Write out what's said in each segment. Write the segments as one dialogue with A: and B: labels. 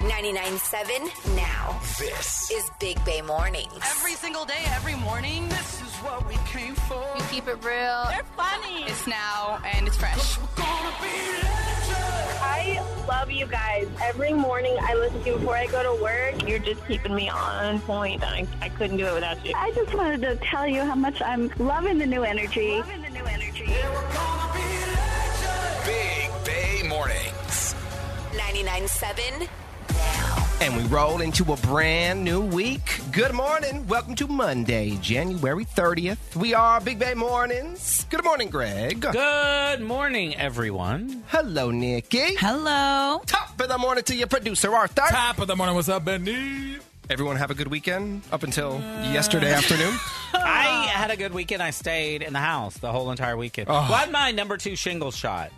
A: 99.7 now
B: This
A: is Big Bay Mornings.
C: Every single day, every morning,
B: this is what we came for.
C: we keep it real. They're funny. It's now and it's fresh.
B: We're gonna be legends.
D: I love you guys. Every morning I listen to you before I go to work. You're just keeping me on point. I, I couldn't do it without you.
E: I just wanted to tell you how much I'm loving the new energy.
B: Yeah, we're gonna be legends. Big Bay Mornings.
A: 99.7 now.
F: And we roll into a brand new week. Good morning. Welcome to Monday, January 30th. We are Big Bay Mornings. Good morning, Greg.
G: Good morning, everyone.
F: Hello, Nikki.
C: Hello.
F: Top of the morning to your producer, Arthur.
H: Top of the morning. What's up, Benny?
F: Everyone have a good weekend up until yesterday afternoon.
G: I had a good weekend. I stayed in the house the whole entire weekend.
F: Oh.
G: Well, I had my number two shingle shot.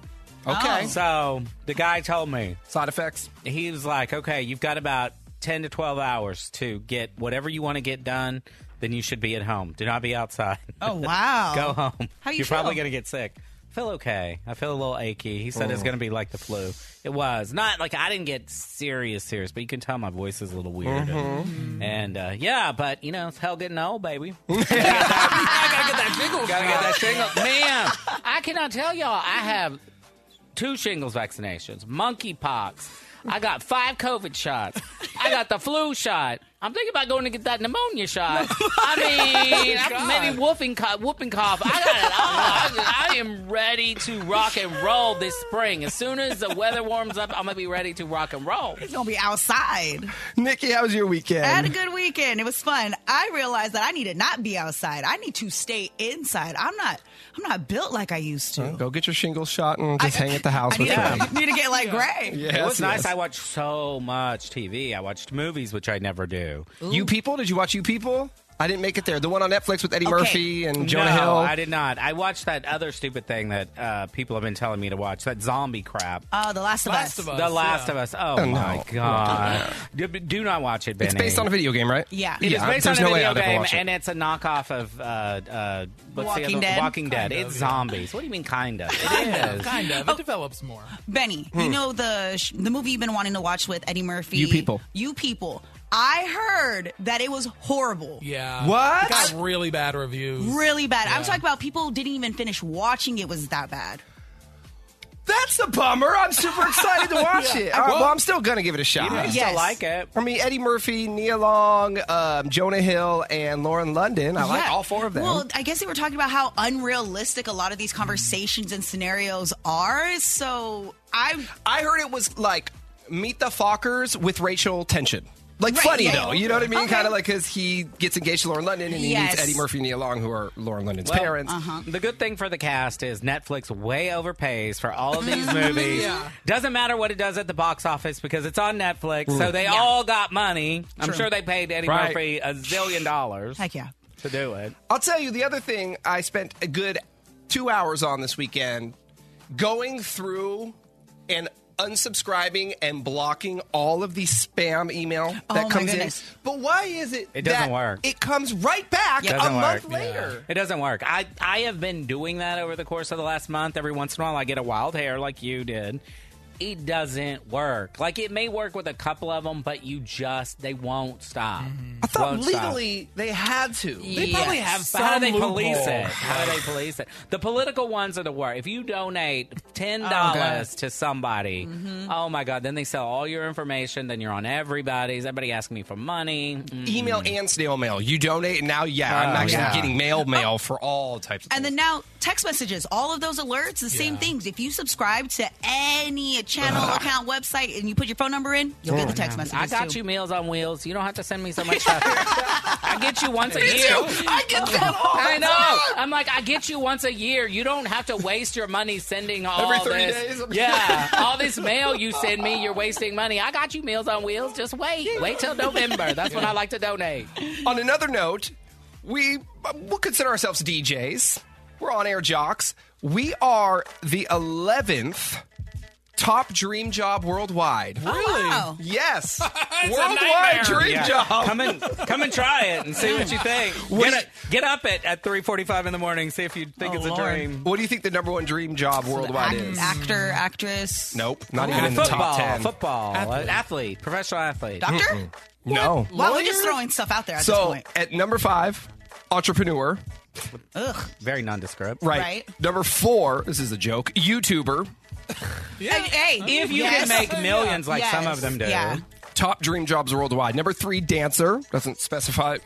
F: Okay.
I: Oh.
G: So the guy told me,
F: Side effects.
G: he was like, okay, you've got about 10 to 12 hours to get whatever you want to get done. Then you should be at home. Do not be outside.
J: Oh wow!
G: Go home.
J: How you
G: are probably
J: feel?
G: going to get sick. I feel okay. I feel a little achy. He said it's going to be like the flu. It was not like I didn't get serious, serious, but you can tell my voice is a little weird.
J: Mm-hmm.
G: And, and, uh, yeah, but you know, it's hell getting old, baby. I gotta get that shingle. Gotta get that shingle, man. I cannot tell y'all. I have two shingles vaccinations, monkeypox. I got five COVID shots. I got the flu shot. I'm thinking about going to get that pneumonia shot. I mean, I'm maybe whooping cough, whooping cough. I got it all. I, I am ready to rock and roll this spring. As soon as the weather warms up, I'm gonna be ready to rock and roll.
J: It's gonna be outside.
F: Nikki, how was your weekend?
J: I had a good weekend. It was fun. I realized that I need to not be outside. I need to stay inside. I'm not. I'm not built like I used to.
F: Go get your shingles shot and just hang at the house
J: I
F: with
J: need,
F: them.
J: to, need to get like Gray.
F: Yes,
G: it was nice.
F: yes.
G: I watched so much TV. I watched movies, which I never do.
F: You People? Did you watch You People? I didn't make it there. The one on Netflix with Eddie
J: Okay.
F: Murphy and Jonah
G: no,
F: Hill.
G: I did not. I watched that other stupid thing that uh, people have been telling me to watch. That zombie crap.
J: Oh, The Last of Us.
G: The Last of Us. Oh, my god! Do, do not watch it, Benny.
F: It's based on a video game, right?
J: Yeah.
G: It is
F: Yeah,
G: based
F: there's
G: on a
F: no way
G: video
F: I'd ever
G: game,
F: watch it.
G: and it's a knockoff of uh, uh, what's
J: Walking
G: the other,
J: Dead?
G: Walking Dead. it's zombies. What do you mean, kind of? It is.
H: Kind of. It develops more.
J: Benny, you know the sh- the movie you've been wanting to watch with Eddie Murphy.
F: Hmm. You People.
J: You people. I heard that it was horrible.
H: Yeah.
F: What?
H: It got really bad reviews.
J: Really bad. I'm talking about people who didn't even finish watching it was that bad.
F: That's a bummer. I'm super excited to watch it. All right, well, I'm still going to give it a shot.
G: I still
J: Yes.
G: like it.
F: I mean, Eddie Murphy, Nia Long, um, Jonah Hill, and Lauren London. I like
J: Yeah.
F: all four of them.
J: Well, I guess they were talking about how unrealistic a lot of these conversations and scenarios are. So I
F: I heard it was like Meet the Fockers with racial tension. Like
J: Right,
F: funny
J: yeah.
F: though, you know what I mean?
J: Okay.
F: Kind of like because he gets engaged to Lauren London and he
J: Yes.
F: meets Eddie Murphy and Nia Long, who are Lauren London's
G: Well,
F: parents.
G: The good thing for the cast is Netflix way overpays for all of these movies.
H: Yeah.
G: Doesn't matter what it does at the box office because it's on Netflix, so they all got money. I'm sure they paid Eddie
F: Right.
G: Murphy a zillion dollars
J: heck yeah.
G: to do it.
F: I'll tell you the other thing I spent a good two hours on this weekend going through and unsubscribing and blocking all of the spam email that
J: Oh, my
F: comes
J: goodness.
F: in. But why is it
G: It doesn't
F: that
G: work.
F: It comes right back
J: Yeah.
F: a
G: Doesn't
F: month
G: work.
F: later.
G: It doesn't work. I, I have been doing that over the course of the last month. Every once in a while, I get a wild hair like you did. It doesn't work. Like, it may work with a couple of them, but you just, they won't stop.
F: I thought
G: Won't stop.
F: legally they had to.
G: They probably
J: Yes.
G: have. But how do they
H: some
G: police
H: loophole.
G: it? How do they police it? The political ones are the worst. If you donate ten dollars to somebody, oh my god, then they sell all your information. Then you're on everybody's. Everybody asking me for money. Mm.
F: Email and snail mail. You donate, and now, yeah, I'm
G: Oh,
F: actually
G: yeah.
F: getting mail mail for all types of
J: Uh, And then
F: things.
J: now text messages, all of those alerts, the same
H: Yeah.
J: things. If you subscribe to any channel, account, website, and you put your phone number in, you'll get the text
G: I
J: messages.
G: got
J: too.
G: you meals on wheels. You don't have to send me so much stuff. I get you once a year.
F: I get that all
G: I
F: the
G: know.
F: time.
G: I'm like, I get you once a year. You don't have to waste your money sending all
F: Every 30
G: this.
F: days?
G: Yeah, all this mail you send me, you're wasting money. I got you Meals on Wheels. Just wait, wait till November. That's when I like to donate.
F: On another note, we uh, we'll consider ourselves DJs. We're on air jocks. We are the 11th top dream job worldwide.
H: Really?
J: Wow.
F: Yes,
H: a
F: worldwide
H: nightmare.
F: dream
G: Yeah.
F: job.
G: Come and come and try it and see what you think. Get, it- get up at, at three forty five in the morning. See if you think
J: Oh,
G: it's a
J: Lord.
G: dream.
F: What do you think the number one dream job worldwide
J: Act-
F: is?
J: Actor, actress.
F: Nope, not even
G: Yeah,
F: in the
G: football,
F: top ten.
G: football,
H: Athlete.
G: athlete. professional athlete.
J: Doctor?
F: No.
J: Wow, we're just throwing stuff out there at this
F: So
J: point.
F: at number five, entrepreneur.
J: Ugh.
G: Very nondescript.
F: Right.
J: Right.
F: Number four. This is a joke. YouTuber.
J: Hey, hey,
G: If you
J: yes.
G: can make millions like some
J: Yes.
G: of them do,
J: Yeah.
F: Top dream jobs worldwide. Number three, dancer. Doesn't specify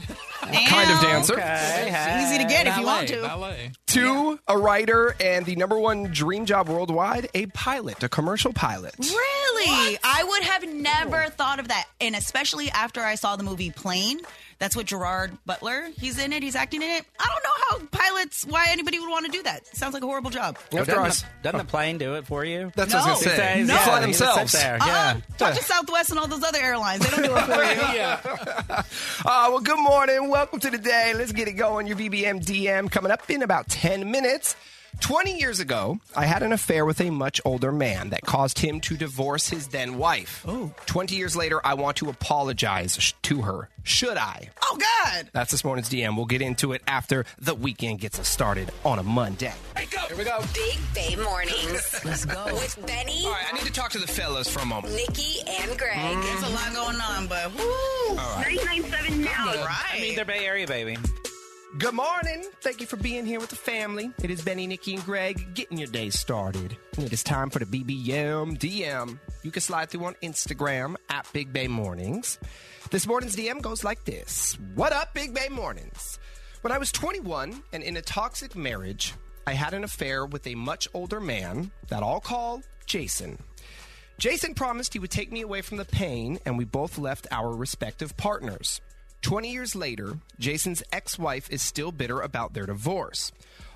F: kind
J: Damn.
F: of dancer.
G: Okay, hey.
J: Easy to get if you want
H: Ballet,
J: to.
H: ballet.
F: Two, a writer, and the number one dream job worldwide, a pilot, a commercial pilot.
J: Really? I would have never thought of that. And especially after I saw the movie Plane. That's what Gerard Butler, he's in it, he's acting in it. I don't know how pilots, why anybody would want to do that. Sounds like a horrible job.
F: After
G: Doesn't,
F: us-
G: the, doesn't the plane do it for you?
F: that's what I was
J: No.
F: gonna say.
G: It says,
F: They
G: yeah,
F: fly
G: you just sit
F: themselves.
G: there,
J: Uh-uh.
G: yeah.
J: Talk to Southwest and all those other airlines. They don't do it for you.
F: Uh, well, good morning. Welcome to the day. Let's get it going. Your BBM DM coming up in about 10 minutes. 20 years ago, I had an affair with a much older man that caused him to divorce his then wife. Oh. 20 years later, I want to apologize sh- to her. Should I?
J: Oh, God.
F: That's this morning's DM. We'll get into it after the weekend gets us started on a Monday.
A: Big Bay Mornings. Let's go. With Benny,
F: All right, I need to talk to the fellas for a moment.
A: Nikki, and Greg.
J: There's a lot going on, but woo.
D: Ninety-nine-seven now.
J: Right.
G: I mean, they're Bay Area, baby.
F: Good morning. Thank you for being here with the family. It is Benny, Nikki, and Greg getting your day started. It is time for the BBM DM. You can slide through on Instagram at Big Bay Mornings. This morning's DM goes like this What up, Big Bay Mornings? When I was 21 and in a toxic marriage, I had an affair with a much older man that I'll call Jason. Jason promised he would take me away from the pain, and we both left our respective partners. 20 years later, Jason's ex wife is still bitter about their divorce.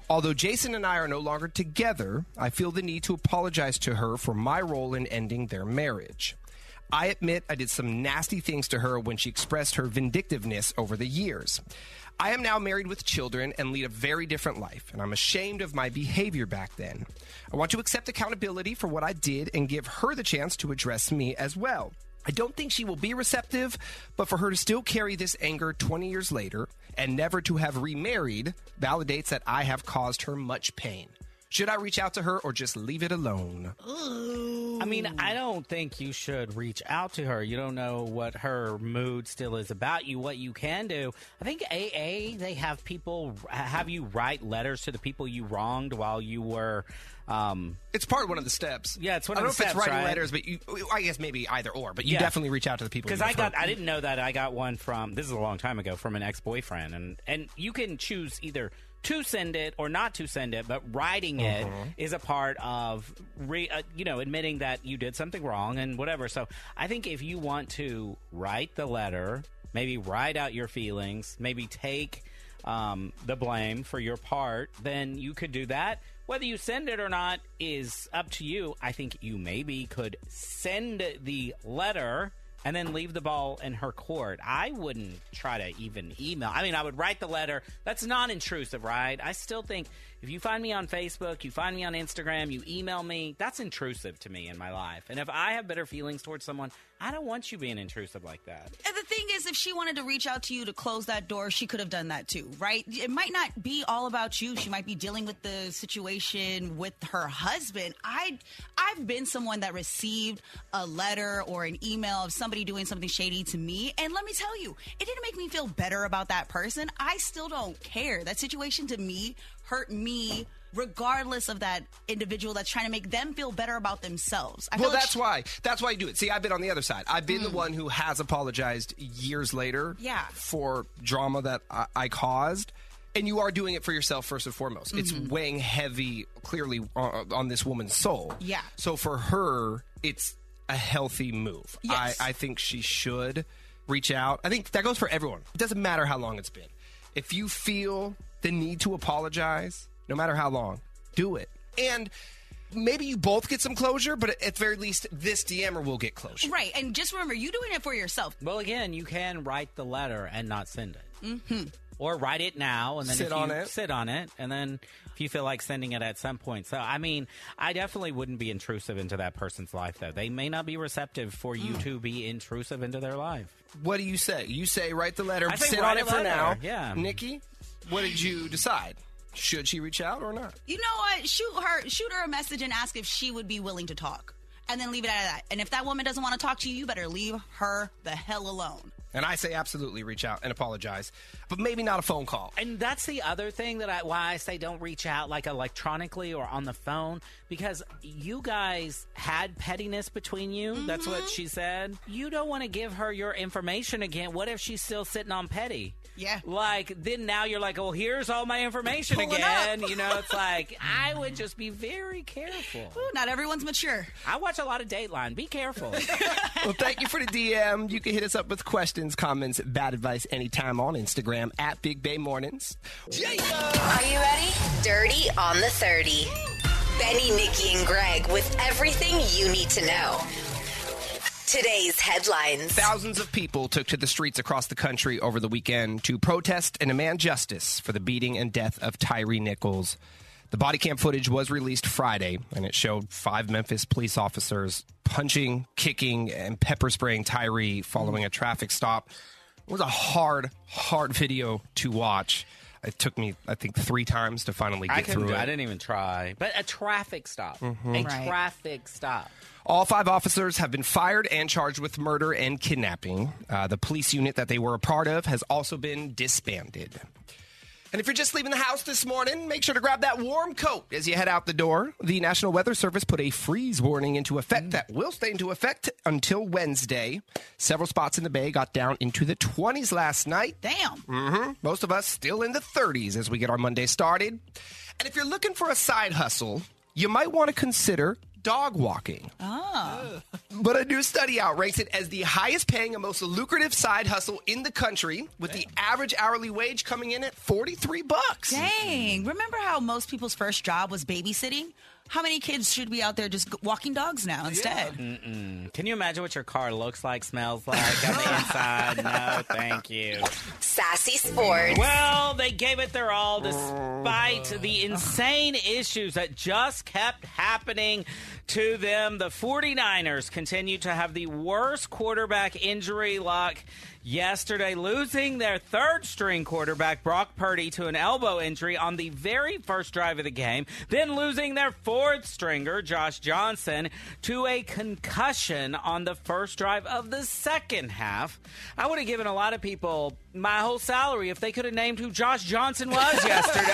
F: Although Jason and I are no longer together, I feel the need to apologize to her for my role in ending their marriage. I admit I did some nasty things to her when she expressed her vindictiveness over the years. I am now married with children and lead a very different life, and I'm ashamed of my behavior back then. I want to accept accountability for what I did and give her the chance to address me as well. I don't think she will be receptive, but for her to still carry this anger 20 years later and never to have remarried validates that I have caused her much pain. Should I reach out to her or just leave it alone?
G: I mean, I don't think you should reach out to her. You don't know what her mood still is about you, what you can do. I think AA, they have people have you write letters to the people you wronged while you were. Um,
F: It's part of one of the steps.
G: Yeah, it's one
F: I
G: of
F: don't
G: the
F: know if it's
G: steps,
F: writing
G: right?
F: letters, but you, I guess maybe either or. But you
G: Yeah.
F: definitely reach out to the people
G: Because
F: you
G: I got,
F: refer-
G: I didn't know that I got one from. This is a long time ago from an ex boyfriend, and and you can choose either to send it or not to send it. But writing it
F: Mm-hmm.
G: is a part of, re, uh, you know, admitting that you did something wrong and whatever. So I think if you want to write the letter, maybe write out your feelings, maybe take um, the blame for your part, then you could do that. Whether you send it or not is up to you. I think you maybe could send the letter and then leave the ball in her court. I wouldn't try to even email. I mean, I would write the letter. That's non intrusive, right? I still think if you find me on Facebook, you find me on Instagram, you email me, that's intrusive to me in my life. And if I have bitter feelings towards someone, I don't want you being intrusive like that.
J: And the thing is, if she wanted to reach out to you to close that door, she could have done that too, right? It might not be all about you. She might be dealing with the situation with her husband. I, I've been someone that received a letter or an email of somebody doing something shady to me, and let me tell you, it didn't make me feel better about that person. I still don't care. That situation to me hurt me. Regardless of that individual that's trying to make them feel better about themselves. I
F: Well,
J: feel like
F: that's
J: she-
F: why. That's why you do it. See, I've been on the other side. I've been
G: Hmm.
F: the one who has apologized years later.
J: Yeah.
F: For drama that I, I caused. And you are doing it for yourself first and foremost. It's
G: Mm-hmm.
F: weighing heavy, clearly, on, on this woman's soul.
J: Yeah.
F: So for her, it's a healthy move.
J: Yes.
F: I, I think she should reach out. I think that goes for everyone. It doesn't matter how long it's been. If you feel the need to apologize, no matter how long, do it. And maybe you both get some closure, but at the very least, this DMer will get closure.
J: Right. And just remember, you doing it for yourself.
G: Well, again, you can write the letter and not send it. Mm-hmm. or write it now and then
F: Sit
G: if you
F: on it.
G: sit on it and then if you feel like sending it at some point. So I mean, I definitely wouldn't be intrusive into that person's life though. They may not be receptive for you to be intrusive into their life.
F: What do you say? You say write the letter,
G: I think
F: sit on
G: write
F: it
G: a
F: for
G: letter,
F: now.
G: yeah.
F: Nikki, what did you decide? Should she reach out or not?
J: You know what? Shoot her, shoot her a message and ask if she would be willing to talk, and then leave it at that. And if that woman doesn't want to talk to you, you better leave her the hell alone.
F: And I say absolutely reach out and apologize, but maybe not a phone call.
G: And that's the other thing that I why I say don't reach out like electronically or on the phone because you guys had pettiness between you. That's
J: Mm-hmm.
G: what she said. You don't want to give her your information again. What if she's still sitting on petty?
J: Yeah.
G: Like then now you're like, well, here's all my information
J: Pull it
G: again.
J: up.
G: You know, it's like I would just be very careful.
J: Ooh, Not everyone's mature.
G: I watch a lot of Dateline. Be careful.
F: Well, thank you for the DM. You can hit us up with questions, comments, bad advice anytime on Instagram at Big Bay Mornings.
A: Are you ready? Dirty on the 30. Benny, Nikki, and Greg with everything you need to know. Today's headlines.
F: Thousands of people took to the streets across the country over the weekend to protest and demand justice for the beating and death of Tyree Nichols. The body cam footage was released Friday, and it showed five Memphis police officers punching, kicking, and pepper spraying Tyree following a traffic stop. It was a hard, hard video to watch. It took me, I think, three times to finally get
G: I
F: through
G: couldn't.
F: it. Mm-hmm.
G: I didn't even try. But a traffic stop. A traffic stop.
F: All five officers have been fired and charged with murder and kidnapping. Uh, the police unit that they were a part of has also been disbanded. And if you're just leaving the house this morning, make sure to grab that warm coat as you head out the door. The National Weather Service put a freeze warning into effect that will stay into effect until Wednesday. Several spots in the bay got down into the 20s last night.
J: Damn.
G: Mm.
F: Most of us still in the 30s as we get our Monday started. And if you're looking for a side hustle, you might want to consider dog walking. But a new study out ranks it as the highest paying and most lucrative side hustle in the country, with the average hourly wage coming in at 43 bucks.
J: Dang. Remember how most people's first job was babysitting? How many kids should be out there just g- walking dogs now instead?
G: Mm. Can you imagine what your car looks like, smells like on the inside? No, thank you.
A: Sassy Sports.
G: Well, they gave it their all despite the insane issues that just kept happening to them. The 49ers continue to have the worst quarterback injury luck yesterday, losing their third string quarterback, Brock Purdy, to an elbow injury on the very first drive of the game, then losing their fourth stringer, Josh Johnson, to a concussion on the first drive of the second half. I would have given a lot of people my whole salary if they could have named who Josh Johnson was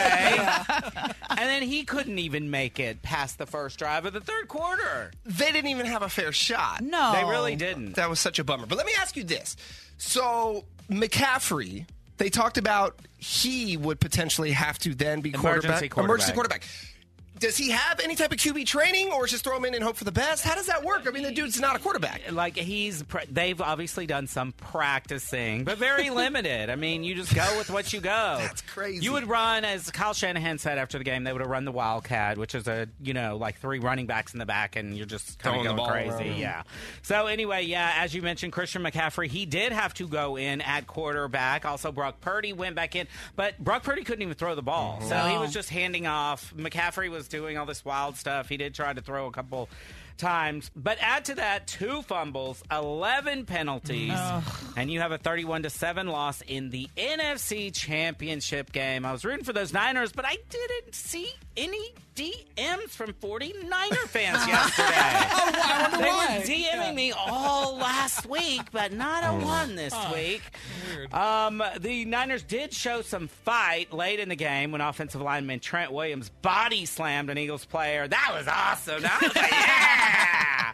G: yesterday. and then he couldn't even make it past the first drive of the third quarter.
F: They didn't even have a fair shot.
J: No.
G: They really didn't.
F: Oh, That was such a bummer. But let me ask you this. So, McCaffrey, they talked about he would potentially have to then be
G: Emergency quarterback.
F: Emergency quarterback. Does he have any type of QB training or just throw him in and hope for the best? How does that work? I mean, the dude's not a quarterback.
G: Like he's, pr- they've obviously done some practicing, but very limited. I mean, you just go with what you go.
F: That's crazy.
G: You would run, as Kyle Shanahan said after the game, they would have run the Wildcat, which is a you know like three running backs in the back, and you're just kind
F: Throwing
G: of
F: the
G: going
F: ball
G: crazy.
F: around.
G: Yeah. So anyway, yeah, as you mentioned, Christian McCaffrey, he did have to go in at quarterback. Also, Brock Purdy went back in, but Brock Purdy couldn't even throw the ball, so he was just handing off. McCaffrey was doing all this wild stuff. He did try to throw a couple. Times, but add to that two fumbles, eleven penalties, and you have a thirty-one to seven loss in the NFC Championship game. I was rooting for those Niners, but I didn't see any DMs from 49er fans yesterday. They were DMing me all last week, but not a one this week. Um, the Niners did show some fight late in the game when offensive lineman Trent Williams body slammed an Eagles player. That was awesome. I was like, yeah.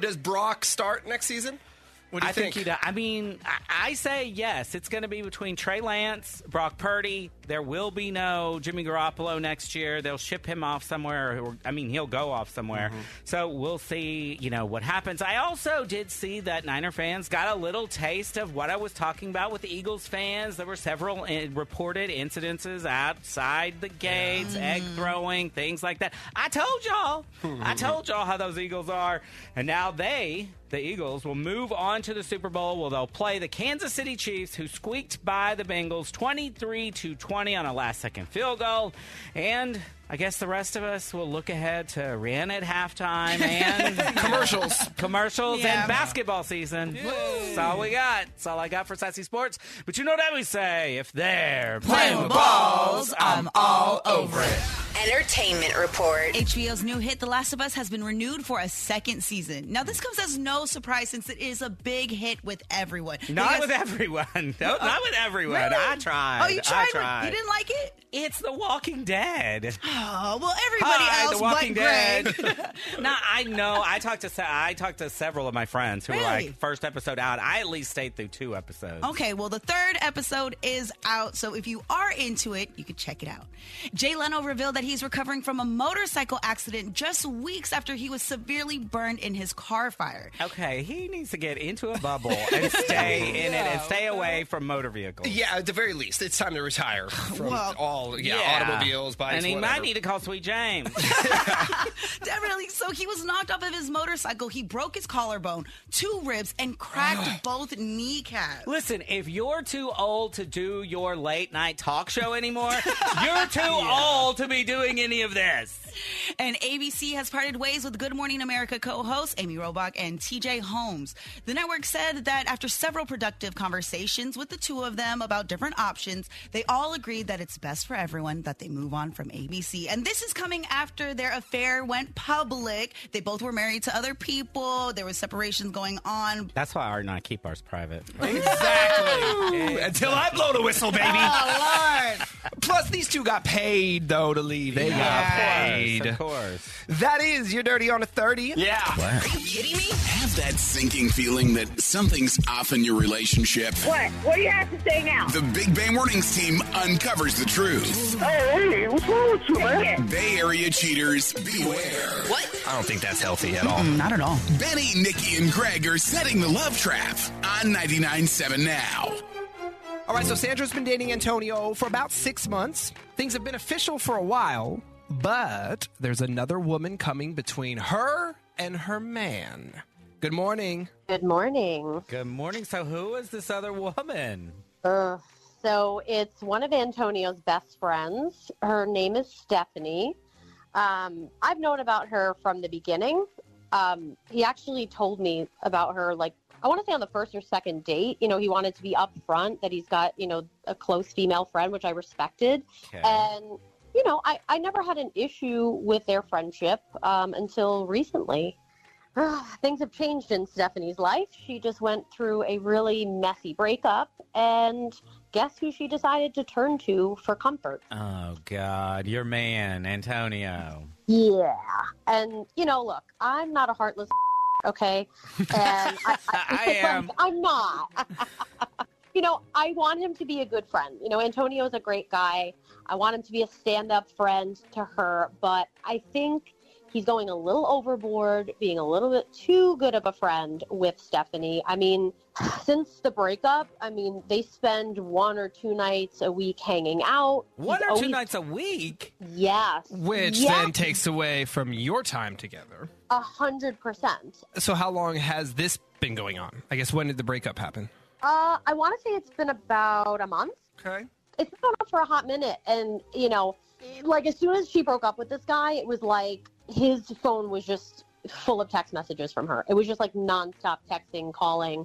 F: Does Brock start next season? What do you
G: I think he does. I mean, I, I say yes. It's going to be between Trey Lance, Brock Purdy. There will be no Jimmy Garoppolo next year. They'll ship him off somewhere. Or, I mean, he'll go off somewhere.
F: Mm-hmm.
G: So we'll see, you know, what happens. I also did see that Niner fans got a little taste of what I was talking about with the Eagles fans. There were several uh, reported incidences outside the gates, egg
F: Mm-hmm.
G: throwing, things like that. I told y'all. I told y'all how those Eagles are. And now they, the Eagles, will move on on to the Super Bowl where they'll play the Kansas City Chiefs, who squeaked by the Bengals 23 to 20 on a last second field goal. And I guess the rest of us will look ahead to Rihanna at halftime and commercials. Commercials
C: Yeah.
G: and basketball season. That's all we got. That's all I got for Sassy Sports. But you know what I always say if they're playing
J: Mm.
G: with balls, I'm
J: Um,
G: all over it.
A: Entertainment Report.
J: HBO's new hit The Last of Us has been renewed for a second season. Now this comes as no surprise since it is a big hit with everyone.
G: Not
J: Because-
G: with everyone. No, not with everyone.
J: Really?
G: I tried.
J: Oh, you tried?
G: I tried.
J: You didn't like it?
G: It's The Walking Dead.
J: Oh well, everybody
G: Hi,
J: else
G: The Walking
J: but
G: Dead.
J: Greg.
G: no, I know. I talked to se- I talked to several of my friends who were
J: Really? Oh.
G: like first episode out. I at least stayed through two episodes.
J: Okay, well, the third episode is out, so if you are into it, you can check it out. Jay Leno revealed that he's recovering from a motorcycle accident just weeks after he was severely burned in his car fire.
G: Okay, he needs to get into a bubble and stay in it and stay away from motor vehicles.
F: Yeah, at the very least, it's time to retire from
J: Well,
F: all yeah, automobiles, bikes,
G: and he
F: whatever.
G: might need to call Sweet James.
J: Definitely. So he was knocked off of his motorcycle. He broke his collarbone, two ribs, and cracked both kneecaps.
G: Listen, if you're too old to do your late night talk show anymore, you're too old to be doing any of this.
J: And ABC has parted ways with Good Morning America co hosts Amy Robach and TJ Holmes. The network said that after several productive conversations with the two of them about different options, they all agreed that it's best for everyone that they move on from ABC. And this is coming after their affair went public. They both were married to other people, there was separations going on.
G: That's why Art and I keep ours private.
F: Exactly. Until I blow the whistle, baby.
J: Oh, Lord.
F: Plus, these two got paid though to leave. They got paid.
G: Of course.
F: That is, you're dirty on a thirty.
B: Yeah.
A: Are you kidding me?
K: Have that sinking feeling that something's off in your relationship?
D: What? What do you have to say now?
K: The Big Bang Mornings team uncovers the truth.
D: Hey, Oh, what's wrong with you, man?
K: Bay Area cheaters, beware.
A: What?
F: I don't think that's healthy at all.
J: Not at all.
K: Benny, Nikki, and Greg are setting the love trap on 99.7 now.
F: All right, so Sandra's been dating Antonio for about six months. Things have been official for a while, but there's another woman coming between her and her man. Good morning.
L: Good morning.
G: Good morning. So, who is this other woman?
L: Uh, so it's one of Antonio's best friends. Her name is Stephanie. Um, I've known about her from the beginning. Um, he actually told me about her, like, I want to say on the first or second date. You know, he wanted to be upfront that he's got, you know, a close female friend, which I respected.
G: Okay.
L: And, you know, I, I never had an issue with their friendship um, until recently. Things have changed in Stephanie's life. She just went through a really messy breakup, and guess who she decided to turn to for comfort?
G: oh, God. Your man, Antonio.
L: Yeah. And, you know, look, I'm not a heartless, okay? And I,
G: I am.
L: I'm not. you know, I want him to be a good friend. You know, Antonio's a great guy. I want him to be a stand up friend to her, but I think he's going a little overboard, being a little bit too good of a friend with Stephanie. I mean, since the breakup, I mean, they spend one or two nights a week hanging out.
G: One
L: He's
G: or two
L: always-
G: nights a week?
L: Yes.
F: Which
L: yes.
F: then takes away from your time together.
L: A hundred percent.
F: So, how long has this been going on? I guess when did the breakup happen?
L: Uh, I want to say it's been about a month.
F: Okay.
L: It's been going on for a hot minute, and you know, it- like as soon as she broke up with this guy, it was like his phone was just full of text messages from her. It was just like nonstop texting, calling.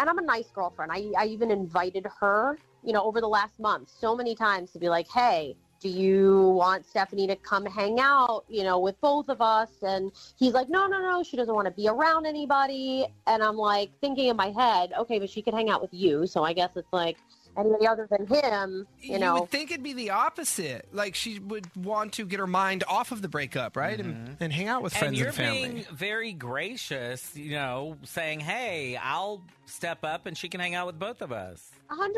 L: And I'm a nice girlfriend. I I even invited her, you know, over the last month so many times to be like, hey. Do you want Stephanie to come hang out, you know, with both of us? And he's like, no, no, no, she doesn't want to be around anybody. And I'm like thinking in my head, okay, but she could hang out with you. So I guess it's like anybody other than him, you, know.
F: would think it'd be the opposite. Like she would want to get her mind off of the breakup, right, and, and hang out with friends and,
G: and you're
F: family.
G: being very gracious, you know, saying, hey, I'll step up and she can hang out with both of us.
L: A 100%.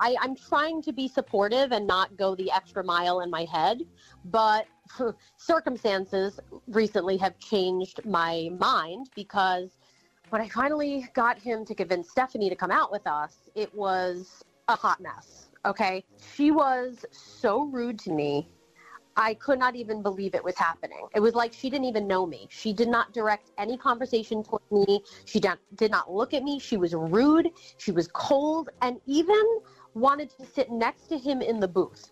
L: I, I'm trying to be supportive and not go the extra mile in my head, but circumstances recently have changed my mind because when I finally got him to convince Stephanie to come out with us, it was a hot mess. Okay. She was so rude to me. I could not even believe it was happening. It was like she didn't even know me. She did not direct any conversation toward me. She did did not look at me. She was rude. She was cold and even wanted to sit next to him in the booth.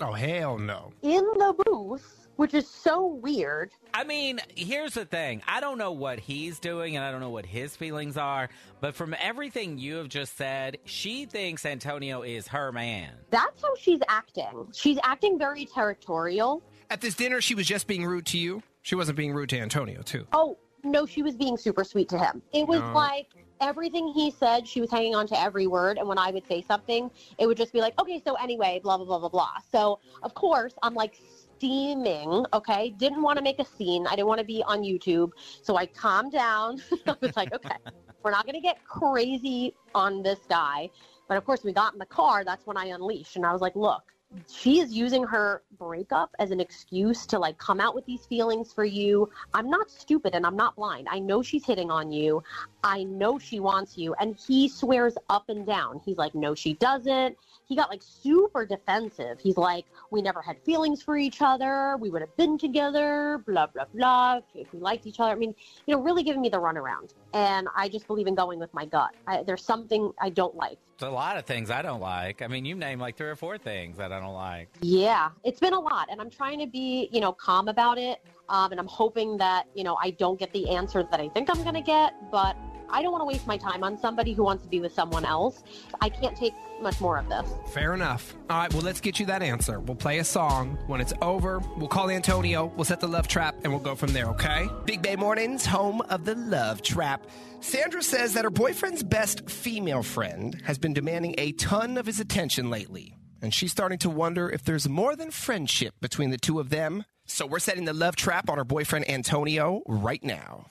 F: Oh, hell no.
L: In the booth, which is so weird.
G: I mean, here's the thing. I don't know what he's doing and I don't know what his feelings are, but from everything you have just said, she thinks Antonio is her man.
L: That's how she's acting. She's acting very territorial.
F: At this dinner, she was just being rude to you. She wasn't being rude to Antonio, too.
L: Oh, no, she was being super sweet to him. It was
F: No.
L: like everything he said, she was hanging on to every word. And when I would say something, it would just be like, okay, so anyway, blah, blah, blah, blah, blah. So, of course, I'm like steaming, okay? Didn't want to make a scene. I didn't want to be on YouTube. So I calmed down. I was like, okay, we're not going to get crazy on this guy. But of course, we got in the car. That's when I unleashed. And I was like, look, she is using her breakup as an excuse to like come out with these feelings for you. I'm not stupid and I'm not blind. I know she's hitting on you. I know she wants you. And he swears up and down. He's like, no, she doesn't. He got like super defensive. He's like, we never had feelings for each other. We would have been together, blah, blah, blah. If we liked each other. I mean, you know, really giving me the runaround. And I just believe in going with my gut. I, there's something I don't like.
G: It's a lot of things I don't like. I mean, you named like three or four things that I don't like.
L: Yeah, it's been a lot, and I'm trying to be, you know, calm about it. Um, and I'm hoping that, you know, I don't get the answer that I think I'm going to get, but I don't want to waste my time on somebody who wants to be with someone else. I can't take much more of this.
F: Fair enough. All right, well, let's get you that answer. We'll play a song. When it's over, we'll call Antonio, we'll set the love trap, and we'll go from there, okay? Big Bay Mornings, home of the love trap. Sandra says that her boyfriend's best female friend has been demanding a ton of his attention lately, and she's starting to wonder if there's more than friendship between the two of them. So we're setting the love trap on her boyfriend Antonio right now.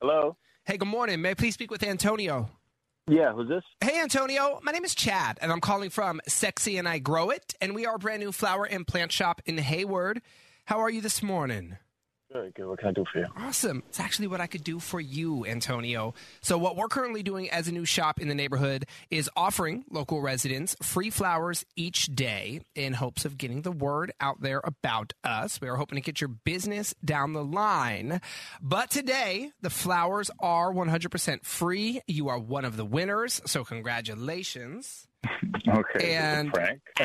M: Hello.
F: Hey, good morning. May I please speak with Antonio?
M: Yeah, who's this?
F: Hey, Antonio. My name is Chad, and I'm calling from Sexy and I Grow It, and we are a brand new flower and plant shop in Hayward. How are you this morning?
M: Very good. What can I do for you?
F: Awesome. It's actually what I could do for you, Antonio. So, what we're currently doing as a new shop in the neighborhood is offering local residents free flowers each day in hopes of getting the word out there about us. We are hoping to get your business down the line. But today, the flowers are 100% free. You are one of the winners. So, congratulations.
M: Okay.
F: And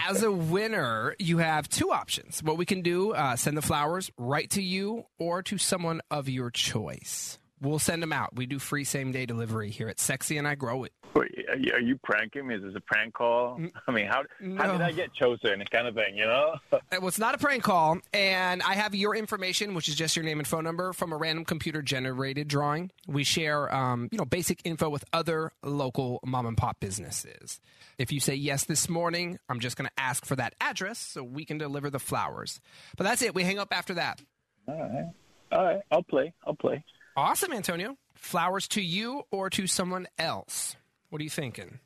F: as a winner, you have two options. What we can do uh, send the flowers right to you or to someone of your choice. We'll send them out. We do free same day delivery here at Sexy and I Grow It.
M: Wait, are you- are you pranking me? Is this a prank call? I mean, how how did I get chosen? Kind of thing, you know.
F: Uh, Well, it's not a prank call, and I have your information, which is just your name and phone number, from a random computer-generated drawing. We share, um, you know, basic info with other local mom and pop businesses. If you say yes this morning, I'm just going to ask for that address so we can deliver the flowers. But that's it. We hang up after that.
M: All right. All right. I'll play. I'll play.
F: Awesome, Antonio. Flowers to you or to someone else. What are you thinking?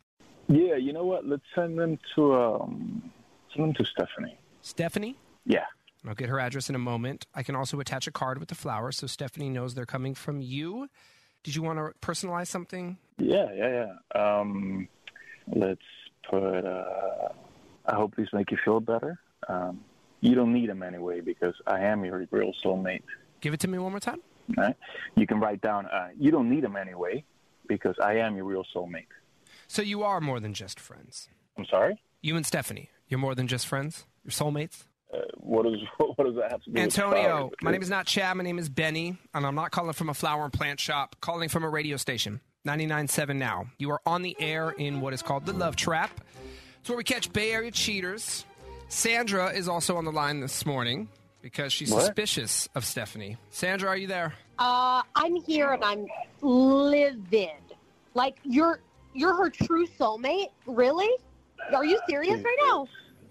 M: Yeah, you know what? Let's send them to um, send them to Stephanie.
F: Stephanie?
M: Yeah.
F: I'll get her address in a moment. I can also attach a card with the flowers so Stephanie knows they're coming from you. Did you want to personalize something?
M: Yeah, yeah, yeah. Um, let's put. Uh, I hope these make you feel better. Um, you don't need them anyway because I am your real soulmate.
F: Give it to me one more time.
M: All right? You can write down. Uh, you don't need them anyway because I am your real soulmate.
F: So you are more than just friends.
M: I'm sorry.
F: You and Stephanie, you're more than just friends. You're soulmates.
M: Uh, what does what does that have to do? with
F: Antonio,
M: flowers?
F: my name is not Chad. My name is Benny, and I'm not calling from a flower and plant shop. Calling from a radio station, 99.7 now. You are on the air in what is called the Love Trap. It's where we catch Bay Area cheaters. Sandra is also on the line this morning because she's
M: What?
F: suspicious of Stephanie. Sandra, are you there?
L: Uh, I'm here and I'm livid. Like you're you're her true soulmate, really? Are you serious right now?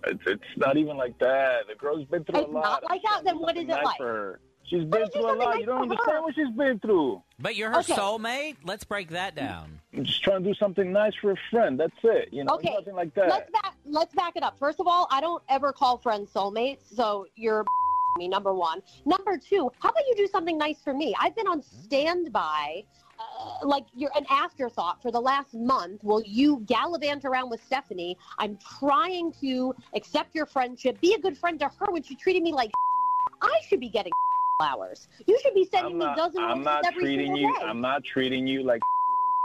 M: It's, it's not even like that. The girl's been through
L: It's
M: a lot.
L: not like that. Then what is it
M: Nothing
L: like?
M: for her. She's been
L: is
M: through a
L: nothing
M: lot.
L: nice
M: You don't
L: for her?
M: understand what she's been through.
G: But you're her
L: Okay.
G: soulmate? Let's break that down.
M: I'm just trying to do something nice for a friend. That's it. You know,
L: Okay,
M: nothing like that.
L: Let's back let's back it up. First of all, I don't ever call friends soulmates, so you're
M: Hmm?
L: me number 1. Number 2, how about you do something nice for me? I've been on standby uh, like you're an afterthought for the last month. Well, you gallivant around with Stephanie. I'm trying to accept your friendship, be a good friend to her when she treated me like I should be getting flowers. You should be sending
M: I'm
L: me
M: not,
L: dozens
M: I'm
L: of
M: not
L: every
M: treating
L: single
M: you.
L: day.
M: I'm not treating you like.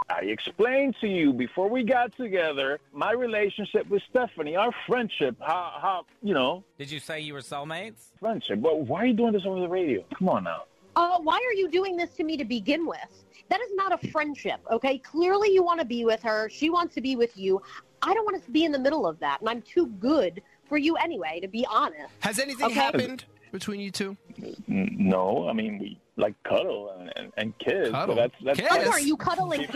M: I explained to you before we got together my relationship with Stephanie, our friendship, how, how you know,
G: Did you say you were soulmates?
M: friendship. But why are you doing this over the radio? Come on now.
L: Uh, why are you doing this to me to begin with? That is not a friendship, okay? Clearly, you want to be with her. She wants to be with you. I don't want to be in the middle of that, and I'm too good for you anyway, to be honest.
F: Has anything
L: Okay.
F: happened between you two?
M: N- No, I mean we like cuddle and, and, and kiss. but
F: Cuddle?
M: that's that's
L: Oh, are you cuddling kids?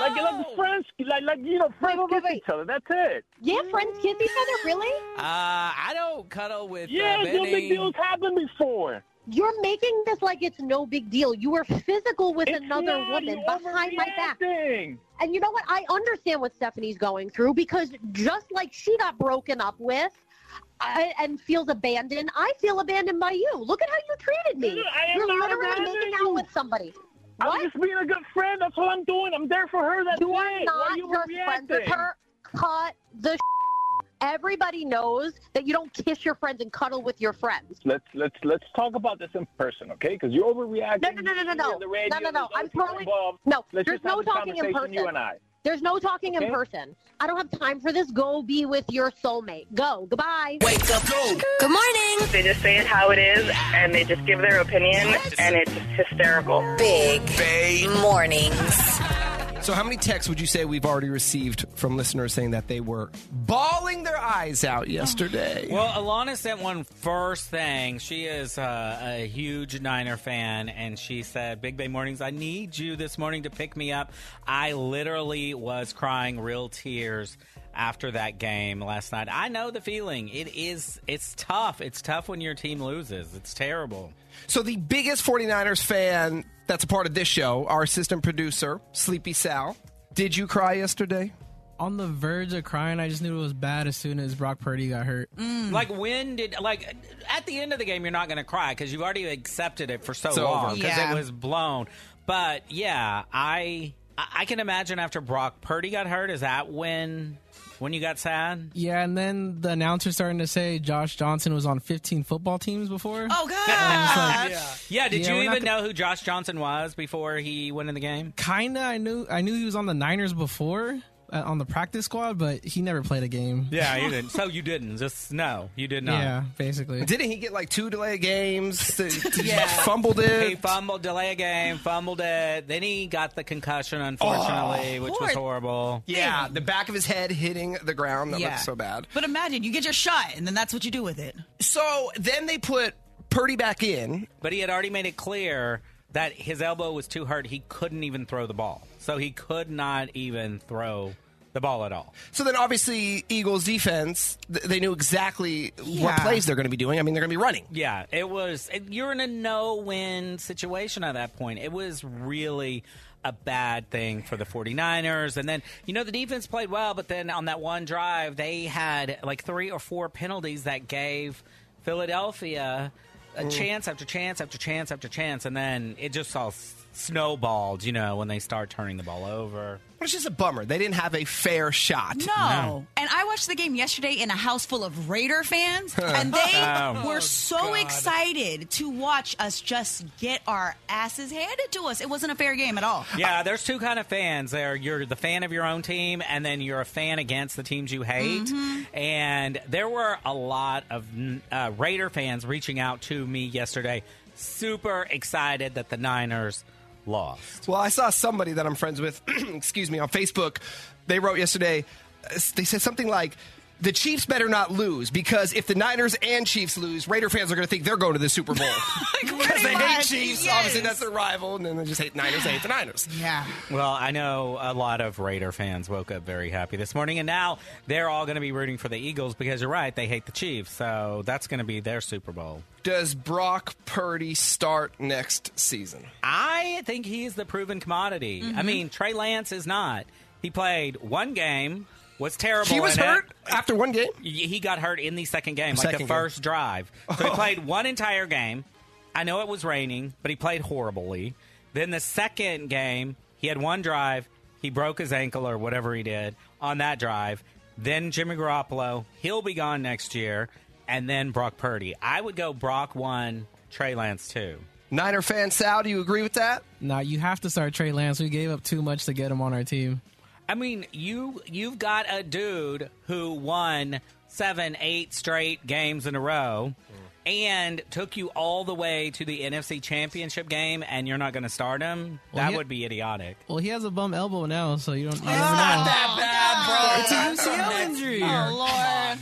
M: like, like friends, like like you know, friends kiss each other. That's it.
L: Yeah, friends kiss each other. Really?
G: Uh, I don't cuddle with.
M: Yeah,
G: uh,
M: no big
G: Benny.
M: deals happened before.
L: You're making this like it's no big deal. You were physical with another
M: not.
L: woman
M: You're
L: behind my back.
M: overreacting.
L: And you know what? I understand what Stephanie's going through because just like she got broken up with I, and feels abandoned, I feel abandoned by you. Look at how you treated me.
M: I am
L: You're
M: not
L: literally
M: abandoning
L: making out with somebody.
M: I'm just being a good friend. That's all I'm doing. I'm there for her. That's
L: You are
M: it. Why
L: not
M: you
L: just friends with
M: reacting?
L: her. Cut the. Sh- Everybody knows that you don't kiss your friends and cuddle with your friends.
M: Let's let's let's talk about this in person, okay? Because you're overreacting.
L: No, no, no, no, no, no,
M: on the radio,
L: no, no, no.
M: there's
L: I'm
M: other people
L: throwing.
M: involved.
L: No,
M: Let's
L: there's
M: just
L: no
M: have a
L: talking in person.
M: conversation, you and I.
L: There's no talking in
M: Okay?
L: person. I don't have time for this. Go be with your soulmate. Go. Goodbye.
A: Wake up. Go. Good morning.
D: They just say it how it is, and they just give their opinion, and it's hysterical.
A: Big Bay Mornings.
F: So, how many texts would you say we've already received from listeners saying that they were bawling their eyes out yesterday?
G: Well, Alana sent one first thing. She is uh, a huge Niner fan, and she said, "Big Bay Mornings, I need you this morning to pick me up." I literally was crying real tears after that game last night. I know the feeling. It is. It's tough. It's tough when your team loses. It's terrible.
F: So, the biggest 49ers fan that's a part of this show, our assistant producer, Sleepy Sal, did you cry yesterday?
I: On the verge of crying, I just knew it was bad as soon as Brock Purdy got hurt.
G: Like when did like at the end of the game you're not going to cry because you've already accepted it for so
F: It's over.
G: long because
F: Yeah.
G: it was blown. But yeah, I I I can imagine after Brock Purdy got hurt, is that when when you got sad?
I: Yeah, and then the announcer starting to say Josh Johnson was on 15 football teams before.
J: Oh God!
G: yeah. Ah, Yeah, Did
I: Yeah,
G: you
I: we're not
G: even know who Josh Johnson was before he went in the game?
I: Kinda, I knew I knew he was on the Niners before uh, on the practice squad, but he never played a game.
G: Yeah, you didn't. So you didn't. Just no, you did not.
I: Yeah, basically.
F: Didn't he get like two delay games? Did- did he Fumbled it?
G: He fumbled, delay a game, fumbled it. Then he got the concussion,
I: Oh,
G: unfortunately, which was
F: poor
G: horrible.
F: Yeah, the back of his head hitting the ground. That
J: Yeah.
F: looked so bad.
J: But imagine you get your shot, and then that's what you do with it.
F: So then they put Purdy back in.
G: But he had already made it clear that his elbow was too hurt. He couldn't even throw the ball. So he could not even throw the ball at all.
F: So then obviously, Eagles defense, th- they knew exactly what
G: Yeah.
F: plays they're going to be doing. I mean, they're going to be running.
G: Yeah, it was. it- You're in a no win situation at that point. It was really a bad thing for the 49ers. And then, you know, the defense played well, but then on that one drive, they had like three or four penalties that gave Philadelphia a
N: Mm.
G: chance after chance after chance after chance. And then it just all s- snowballed, you know, when they start turning the ball over.
F: But it's just a bummer. They didn't have a fair shot.
J: No. And I watched the game yesterday in a house full of Raider fans, and they
F: Oh.
J: were so
F: God.
J: excited to watch us just get our asses handed to us. It wasn't a fair game at all.
G: Yeah, there's two kind of fans. There, you're the fan of your own team, and then you're a fan against the teams you hate. And there were a lot of uh, Raider fans reaching out to me yesterday, super excited that the Niners lost.
F: Well, I saw somebody that I'm friends with, excuse me, on Facebook. They wrote yesterday, uh, they said something like, the Chiefs better not lose because if the Niners and Chiefs lose, Raider fans are going to think they're going to the Super Bowl. Because they hate
B: much,
F: Chiefs.
B: yes.
F: Obviously, that's their rival. And then they just hate Niners, they hate the Niners.
J: Yeah.
G: Well, I know a lot of Raider fans woke up very happy this morning, and now they're all going to be rooting for the Eagles because you're right, they hate the Chiefs, so that's going to be their Super Bowl.
F: Does Brock Purdy start next season?
G: I think he is the proven commodity. I
F: Mhm.
G: mean, Trey Lance is not. He played one game, was terrible.
F: He was
G: in it.
F: hurt after one game.
G: He got hurt in the second game, like
F: Second
G: the
F: game. Oh.
G: first drive. So he played one entire game. I know it was raining, but he played horribly. Then the second game, he had one drive. He broke his ankle or whatever he did on that drive. Then Jimmy Garoppolo, he'll be gone next year. And then Brock Purdy. I would go Brock one, Trey Lance two.
F: Niner fan Sal, do you agree with that?
I: No, you have to start Trey Lance. We gave up too much to get him on our team.
G: I mean, you you've got a dude who won seven, eight straight games in a row, and took you all the way to the NFC Championship game, and you're not going to start him.
I: Well,
G: that
I: he-
G: would be idiotic.
I: Well, he has a bum elbow now, so you don't. You never know. It's
G: It's
I: a UCL injury.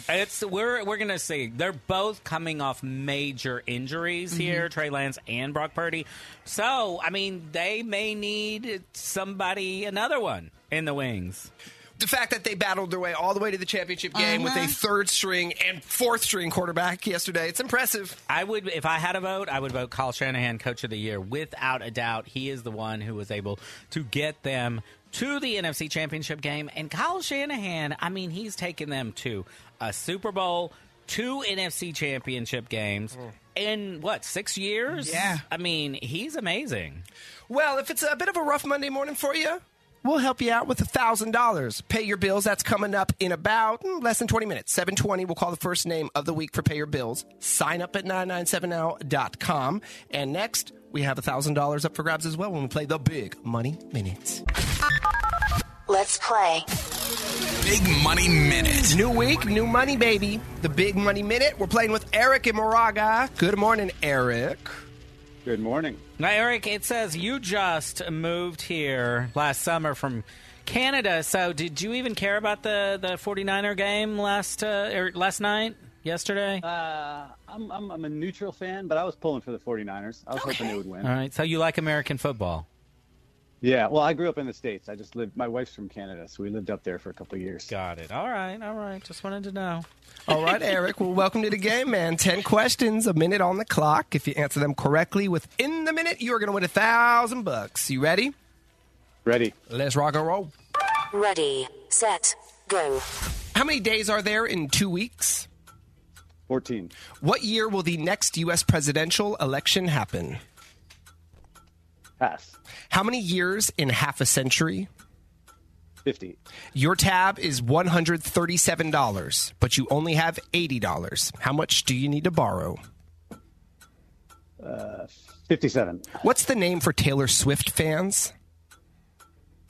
G: It's we're we're gonna see. They're both coming off major injuries
I: Mm-hmm.
G: here, Trey Lance and Brock Purdy. So I mean, they may need somebody, another one in the wings.
F: The fact that they battled their way all the way to the championship game with a third string and fourth string quarterback yesterday, it's impressive.
G: I would, if I had a vote, I would vote Kyle Shanahan Coach of the Year without a doubt. He is the one who was able to get them to the NFC Championship game, and Kyle Shanahan, I mean, he's taken them to a Super Bowl, two NFC Championship games. In what six years? Yeah, I mean he's amazing.
F: Well, if it's a bit of a rough Monday morning for you, we'll help you out with $1,000. Pay your bills. That's coming up in about mm, less than 20 minutes. 720, we'll call the first name of the week for Pay Your Bills. Sign up at 997now.com. And next, we have $1,000 up for grabs as well when we play the Big Money Minutes.
A: Let's play.
F: Big Money Minute. New week, new money, baby. The Big Money Minute. We're playing with Eric and Moraga. Good morning, Eric.
N: Good morning.
G: Now, Eric, it says you just moved here last summer from Canada. So, did you even care about the, the 49er game last uh, er, last night, yesterday?
N: Uh, I'm, I'm, I'm a neutral fan, but I was pulling for the 49ers. I was hoping they would win.
G: All right. So, you like American football?
N: Yeah, well, I grew up in the States. I just lived, my wife's from Canada, so we lived up there for a couple of years.
G: Got it. All right. All right. Just wanted to know.
F: All right, Eric. Well, welcome to the game, man. Ten questions, a minute on the clock. If you answer them correctly within the minute, you are going to win a thousand bucks. You ready?
N: Ready.
F: Let's rock and roll.
A: Ready, set, go.
F: How many days are there in two weeks?
N: 14.
F: What year will the next U.S. presidential election happen?
N: Pass.
F: How many years in half a century?
N: 50.
F: Your tab is $137, but you only have $80. How much do you need to borrow?
N: Uh, 57.
F: What's the name for Taylor Swift fans?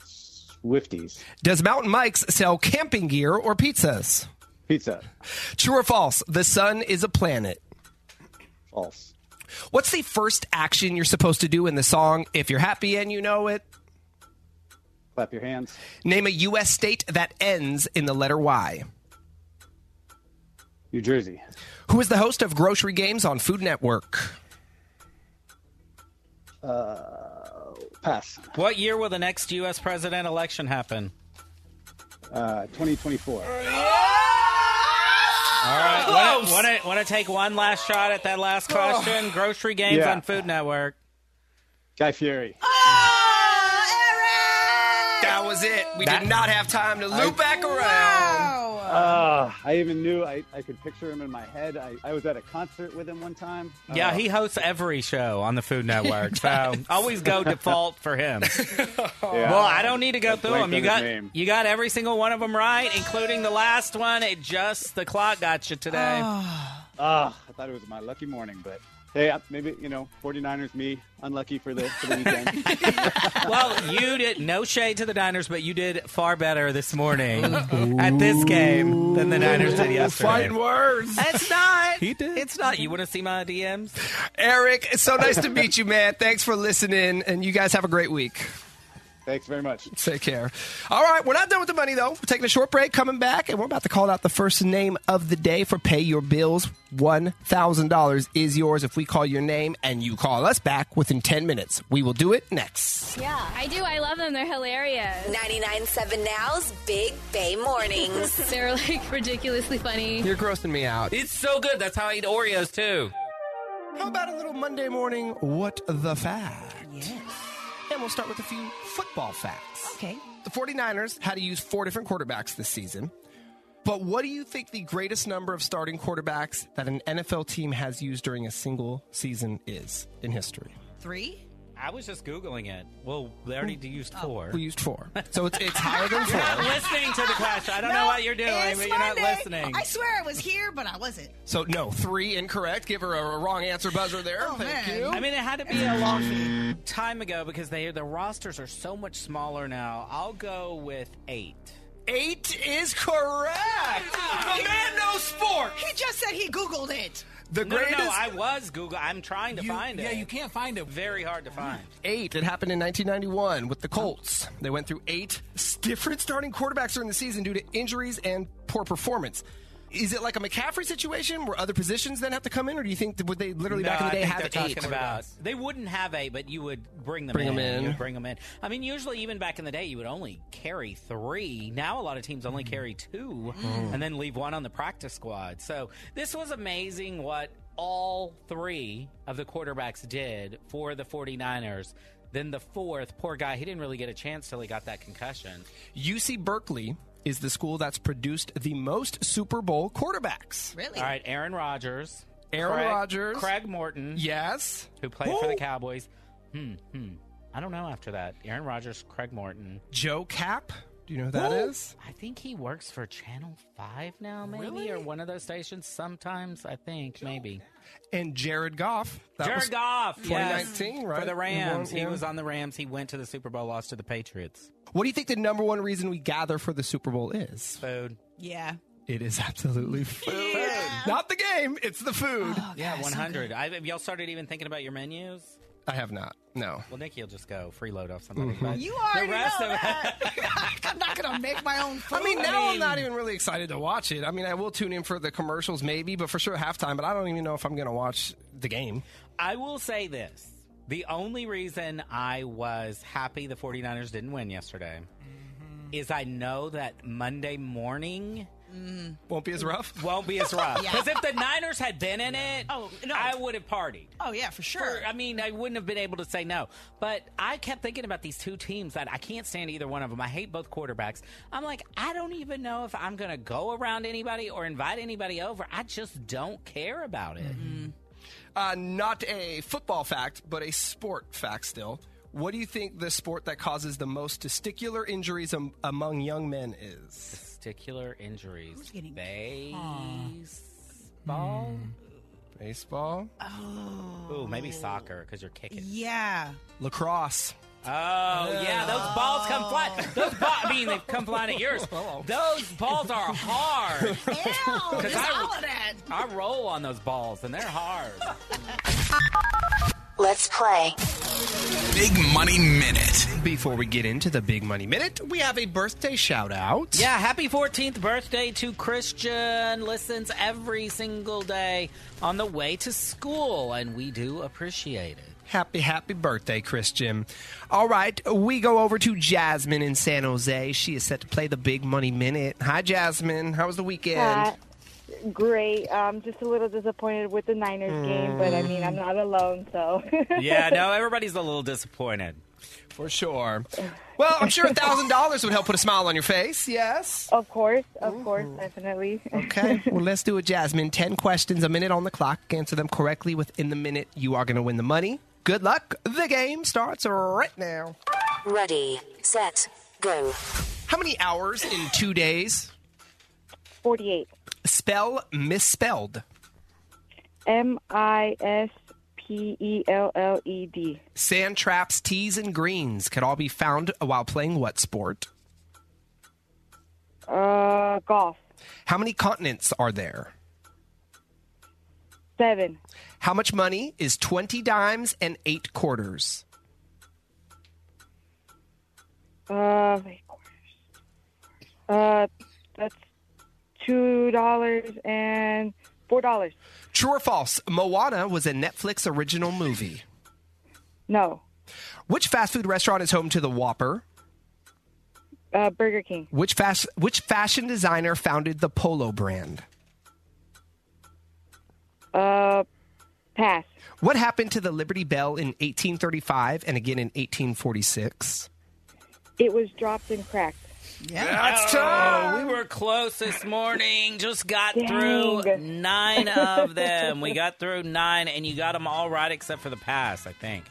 N: Swifties.
F: Does Mountain Mike's sell camping gear or pizzas?
N: Pizza.
F: True or false? The sun is a planet.
N: False.
F: What's the first action you're supposed to do in the song If You're Happy and You Know It?
N: Clap your hands.
F: Name a U.S. state that ends in the letter Y.
N: New Jersey.
F: Who is the host of Grocery Games on Food Network?
N: Uh, pass.
G: What year will the next U.S. president election happen?
N: Uh, 2024.
G: All right. Want to want to take one last shot at that last question? Grocery games
N: Yeah.
G: on Food Network.
N: Guy Fury.
F: That was it. We did not have time to loop back around.
N: Uh, I even knew I, I could picture him in my head. I, I was at a concert with him one time.
G: Yeah,
N: Uh,
G: he hosts every show on the Food Network, so always go default for him.
N: yeah.
G: Well, I don't need to go
N: I
G: through
N: blanked
G: them. You
N: on his
G: got
N: name.
G: you got every single one of them right, including the last one. It just the clock got you today.
N: Ah, I thought it was my lucky morning, but hey, I- maybe you know, 49ers me unlucky for the for the weekend.
G: well, you did no shade to the Niners, but you did far better this morning at this game than the Niners did yesterday.
F: Fine words.
G: It's not. He did. It's not. You want to see my DMs?
F: Eric, it's so nice to meet you, man. Thanks for listening, and you guys have a great week.
N: Thanks very much.
F: Take care. All right, we're not done with the money, though. We're taking a short break, coming back, and we're about to call out the first name of the day for Pay Your Bills. $1,000 is yours if we call your name and you call us back within 10 minutes. We will do it next.
A: Yeah, I do. I love them. They're hilarious. 99.7 Now's Big Bay Mornings. They're like ridiculously funny.
F: You're grossing me out.
G: It's so good. That's how I eat Oreos too.
F: How about a little Monday morning, what the fact? And we'll start with a few football facts.
J: Okay.
F: The 49ers had to use four different quarterbacks this season. But what do you think the greatest number of starting quarterbacks that an NFL team has used during a single season is in history?
J: Three?
G: I was just googling it. Well, they already used four.
F: We used four. So it's, it's higher than
G: You're not
F: four.
G: listening to the question. I don't know
J: No,
G: what you're doing,
J: it's
G: but you're not
J: Monday.
G: listening.
J: I swear I was here, but I wasn't.
F: So no, three incorrect. Give her a, a wrong answer buzzer there.
J: Oh,
F: Thank
J: man.
F: you.
G: I mean, it had to be a long time ago because they the rosters are so much smaller now. I'll go with eight.
F: Eight is correct. The man knows sport.
J: He just said he Googled it.
F: The
G: no,
F: greatest.
G: No, I was Google. I'm trying to find it.
F: yeah, you
G: can't find it. Very hard to find.
F: Eight. It happened in 1991 with the Colts. They went through eight s- different starting quarterbacks during the season due to injuries and poor performance. Is it like a McCaffrey situation where other positions then have to come in, or do you think that would they literally back in
G: No,
F: the day
G: I think
F: have
G: they're
F: eight?
G: talking about they wouldn't have eight, but you would bring them
F: Bring
G: in.
F: 'em in.
G: You would bring them in. I mean, usually even back in the day, you would only carry three. Now a lot of teams only carry two,
O: Mm.
G: and then leave one on the practice squad. So this was amazing what all three of the quarterbacks did for the 49ers. Then the fourth, poor guy, he didn't really get a chance till he got that concussion.
F: UC Berkeley is the school that's produced the most Super Bowl quarterbacks.
J: Really?
G: All right, Aaron Rodgers.
F: Aaron
G: Craig-
F: Rodgers.
G: Craig Morton.
F: Yes.
G: Who played for the
F: Who?
G: Cowboys. Hmm, hmm. I don't know after that. Aaron Rodgers, Craig Morton.
F: Joe Cap. Do you know who that is?
G: I think he works for Channel 5 now, maybe, or one of those stations sometimes, I think, maybe.
F: And Jared Goff. That
G: Jared
F: was
G: Goff, yes.
F: 2019, right?
G: For the
F: He won,
G: Rams. He
F: yeah.
G: was on the Rams. He went to the Super Bowl, lost to the Patriots.
F: What do you think the number one reason we gather for the Super Bowl is?
G: Food.
J: Yeah.
F: It is absolutely food. Not the game, it's the food.
J: Oh.
G: yeah, 100. I, y'all started even thinking about your menus?
F: I have not. No.
G: Well, Nicky will just go freeload off somebody.
F: Mhm.
G: But
J: You
G: the
J: already
G: rest
J: know
G: of
J: that. I'm not going to make my own food.
F: I mean, now I am not even really excited to watch it. I mean, I will tune in for the commercials maybe, but for sure halftime, but I don't even know if I'm going to watch the game.
G: I will say this. The only reason I was happy the 49ers didn't win yesterday is I know that Monday morning
F: won't be as rough.
G: Won't be as rough.
J: Yeah.
G: Because if the Niners had been in it, I would have partied.
J: Oh, yeah, for sure.
G: I mean, I wouldn't have been able to say no. But I kept thinking about these two teams that I can't stand either one of them. I hate both quarterbacks. I'm like, I don't even know if I'm going to go around anybody or invite anybody over. I just don't care about it.
F: Uh, not a football fact, but a sport fact still. What do you think the sport that causes the most testicular injuries am- among young men is?
G: Testicular injuries. Who's getting
F: Baseball? Baseball?
J: Uh.
G: Ooh, maybe soccer because you're kicking.
J: Yeah.
F: Lacrosse.
G: Oh yeah, those balls come flat. Those balls, I mean, they come flying at yours. Those balls are hard.
J: Ew,
G: 'Cause
J: just
G: I-
J: all of that.
G: I roll on those balls, and they're hard.
A: Let's play.
F: Big Money Minute. Before we get into the Big Money Minute, we have a birthday shout out.
G: Yeah, happy 14th birthday to Christian. Listens every single day on the way to school, and we do appreciate it.
F: Happy, happy birthday, Christian. All right, we go over to Jasmine in San Jose. She is set to play the Big Money Minute. Hi, Jasmine. How was the weekend?
P: Pat, great. Um, just a little disappointed with the Niners game, but I mean, I'm not alone, so.
G: Yeah, no, everybody's a little disappointed.
F: For sure. Well, I'm sure $1,000 would help put a smile on your face. Yes.
P: Of course, of course, definitely.
F: Okay. well, let's do it, Jasmine. 10 questions, a minute on the clock. Answer them correctly within the minute. You are going to win the money. Good luck. The game starts right now.
A: Ready, set, go.
F: How many hours in two days?
P: 48.
F: Spell misspelled.
P: M I S P E L L E D.
F: Sand traps, tees, and greens could all be found while playing what sport?
P: Uh, golf.
F: How many continents are there?
P: Seven.
F: How much money is 20 dimes and eight quarters?
P: Uh, wait, uh, that's two dollars and four dollars.
F: True or false? Moana was a Netflix original movie.
P: No,
F: Which fast food restaurant is home to the Whopper?
P: uh, Burger King.
F: Which fast which fashion designer founded the Polo brand?
P: Uh, pass.
F: What happened to the Liberty Bell in 1835 and again in 1846?
P: It was dropped and cracked.
G: That's
F: Oh,
G: tough. We were close this morning. Just got
P: Dang.
G: through nine of them. we got through nine, and you got them all right except for the pass, I think.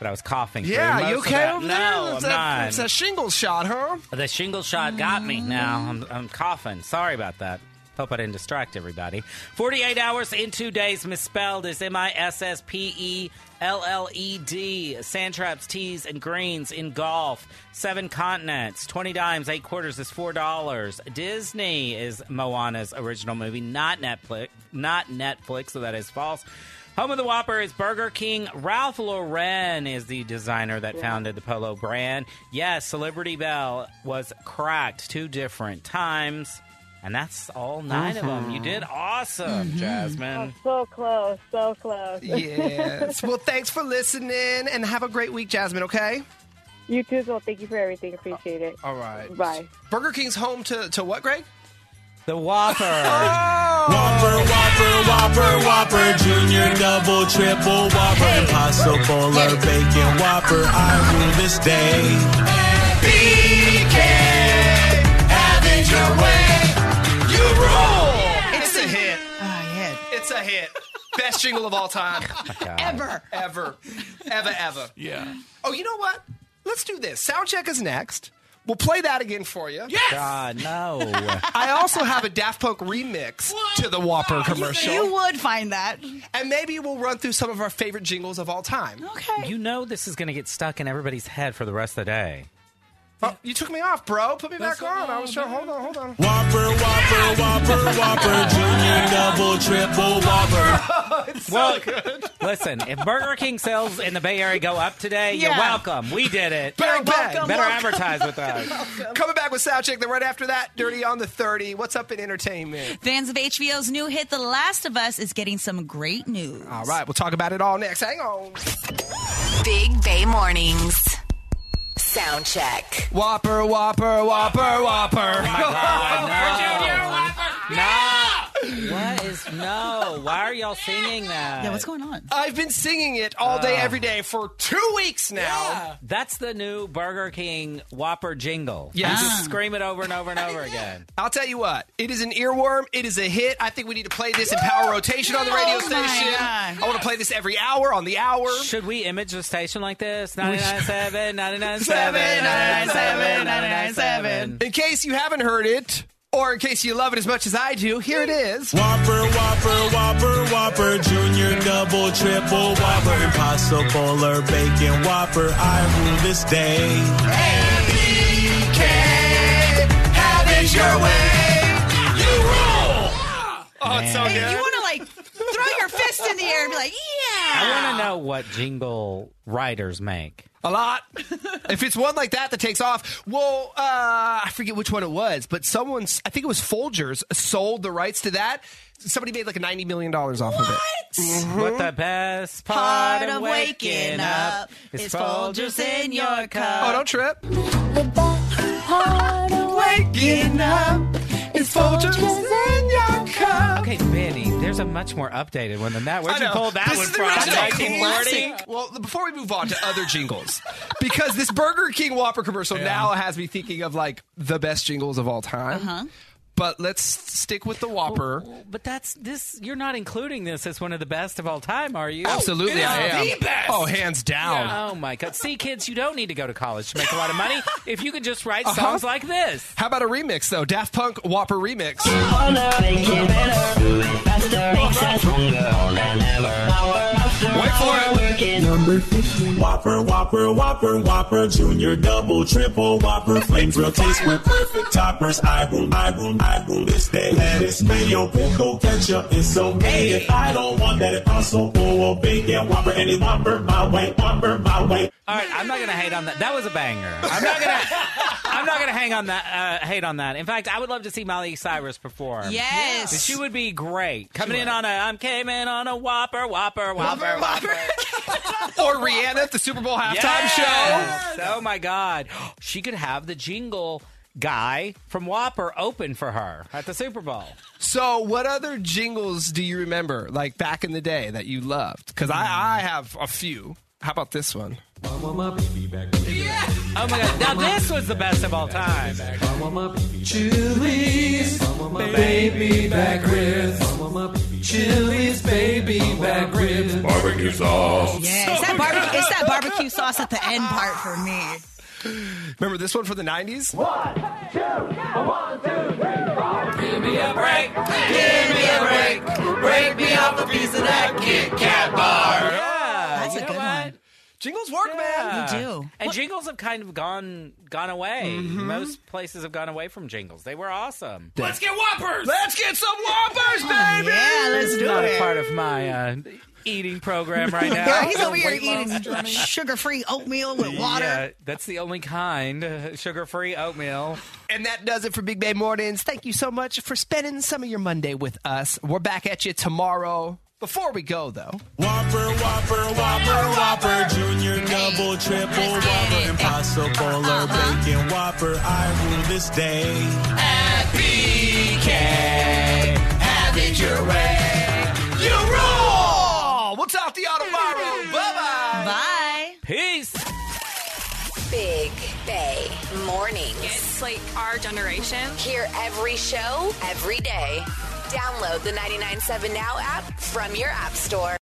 G: but I was coughing. through
F: Yeah,
G: most
F: you
G: of
F: okay
G: that.
F: over
G: no,
F: there?
G: I'm
F: it's,
G: not.
F: a, it's a shingle shot, huh?
G: The shingle shot got me now. I'm, I'm coughing. Sorry about that. Hope I didn't distract everybody. 48 hours in two days, misspelled is M I S S P E L L E D. Sand traps, tees, and greens in golf. Seven continents, 20 dimes, eight quarters is $4. Disney is Moana's original movie, not Netflix. Not Netflix, so that is false. Home of the Whopper is Burger King. Ralph Lauren is the designer that founded the Polo brand. Yes, Celebrity Bell was cracked two different times. And that's all 9 of them. You did awesome, Jasmine.
P: So close, so close.
F: Yes. well, thanks for listening and have a great week, Jasmine, okay?
P: you too, so thank you for everything. Appreciate it.
F: All right.
P: Bye.
F: Burger King's home to, to what, Greg?
G: The Whopper. Oh
O: Whopper, Whopper, Whopper, Whopper, Junior, Double, Triple, Whopper, Impossible or Bacon Whopper. I rule this day.
B: BK, have it your way. You rule.
F: It's a hit. It's a hit. Best jingle of all time.
J: Ever.
F: Ever. Ever, ever.
H: Yeah.
F: Oh, you know what? Let's do this. Soundcheck is next. We'll play that again for you.
H: Yes!
G: God, no.
F: I also have a Daft Punk remix to the Whopper commercial.
J: You would find that.
F: And maybe we'll run through some of our favorite jingles of all time.
J: Okay.
G: You know this is going to get stuck in everybody's head for the rest of the day.
F: Oh, you took me off, bro. Put me back on. I was trying. Hold on, hold on.
O: Whopper, Whopper, Whopper, Whopper, Junior, Double, Triple, Whopper.
G: well, listen, if Burger King sales in the Bay Area go up today,
F: Yeah.
G: you're welcome. We did it.
F: Bang, bang.
G: Better advertise with us.
F: Coming back with Soundcheck, then right after that, Dirty on the 30. What's up in entertainment?
J: Fans of HBO's new hit The Last of Us is getting some great news.
F: All right, we'll talk about it all next. Hang on.
A: Big Bay Mornings. Sound check.
F: Whopper, Whopper, Whopper, Whopper.
G: no. What is no? Why are y'all singing that?
J: Yeah, what's going on?
F: I've been singing it all day, every day for two weeks now.
G: That's the new Burger King Whopper jingle. You
F: Yes.
G: just scream it over and over and over again.
F: I'll tell you what, it is an earworm. It is a hit. I think we need to play this in power rotation on the radio
G: Oh my
F: station.
G: God.
F: I want to play this every hour on the hour.
G: Should we image the station like this?
F: We should.
G: 997, 997,
F: Seven, nine,
G: 997,
F: seven, nine, seven. In case you haven't heard it, or in case you love it as much as I do, here it is.
O: Whopper, Whopper, Whopper, Whopper, Junior, Double, Triple, Whopper, Impossible or Bacon Whopper. I rule this day.
B: BK, have it your way. You rule.
F: Oh, it's so
J: Hey,
F: good.
J: You want to like throw your fist in the air and be like, yeah.
G: I want to know what jingle writers make.
F: A lot. if it's one like that that takes off, well, uh, I forget which one it was, but someone's, I think it was Folgers, sold the rights to that. Somebody made like $90 million off of it.
G: What the best
J: Part
G: part,
J: of waking up is Folgers in your cup.
F: Oh, don't trip.
B: Hard waking up. It's Folgers in your cup.
G: Okay, Benny, there's a much more updated one than that. Where'd you pull that
F: This
G: one
F: is the
G: from?
F: original.
G: 1940?
F: Well, th- before we move on to other jingles, because this Burger King Whopper commercial now has me thinking of like the best jingles of all time. Uh-huh. But let's stick with the Whopper.
G: But that's this. You're not including this as one of the best of all time, are you?
F: Absolutely, I am. Oh, hands down.
G: Yeah. Oh my god! See, kids, you don't need to go to college to make a lot of money if you can just write songs like this.
F: How about a remix though? Daft Punk Whopper remix.
O: Wait for it. Number 15. Whopper, Whopper, Whopper, Whopper, Junior, Double, Triple, Whopper, Flamethrower case with perfect toppers. I rule, I rule, I rule this day. Lettuce, mayo, pickle, ketchup, it's okay if I don't want that impossible or bacon Whopper, any Whopper, my way, Whopper, my way.
G: All right, I'm not gonna hate on that. That was a banger. I'm not gonna. I'm not gonna hang on that. Uh, hate on that. In fact, I would love to see Miley Cyrus perform.
J: Yes.
G: she would be great. Coming in on a, I'm came in on a whopper, whopper, whopper, whopper.
F: or Rihanna at the Super Bowl halftime
G: Yes. Oh my God, she could have the jingle guy from Whopper open for her at the Super Bowl.
F: show. So, what other jingles do you remember, like back in the day, that you loved? Because I, I have a few. How about this one?
G: Oh my god! Now this was the best of all time.
O: Chili's baby back ribs. Chili's baby back ribs. Barbecue sauce.
J: Yeah, it's that, barbecue, it's that barbecue sauce at the end part for me.
F: Remember this one from the 90s? What?
O: Give me a break. Give me a break. Break me off a piece of that Kit Kat bar.
G: That's a good one.
F: Jingles work,
G: Yeah.
J: You do.
G: And jingles have kind of gone gone away. Most places have gone away from jingles. Mm-hmm. They were awesome.
O: Let's get Whoppers.
F: Let's get some Whoppers,
O: baby.
G: yeah, let's do Not a part of my uh, eating program right now.
J: Yeah, he's over here
G: Weight loss
J: eating
G: journey.
J: sugar-free oatmeal with water.
G: Yeah, that's the only kind uh, sugar-free oatmeal.
F: And that does it for Big Bay Mornings. Thank you so much for spending some of your Monday with us. We're back at you tomorrow. Before we go, though,
O: Whopper, Whopper, Whopper, Whopper, Junior, Double, Triple, Whopper, Impossible, or Bacon Whopper. I rule this day. At BK, have it your way. You
F: rule! We'll talk to y'all tomorrow. Bye-bye.
J: Bye.
G: Peace.
A: Big Bay Mornings. It's like our generation. Hear every show every day. Download the 997 Now app from your app store.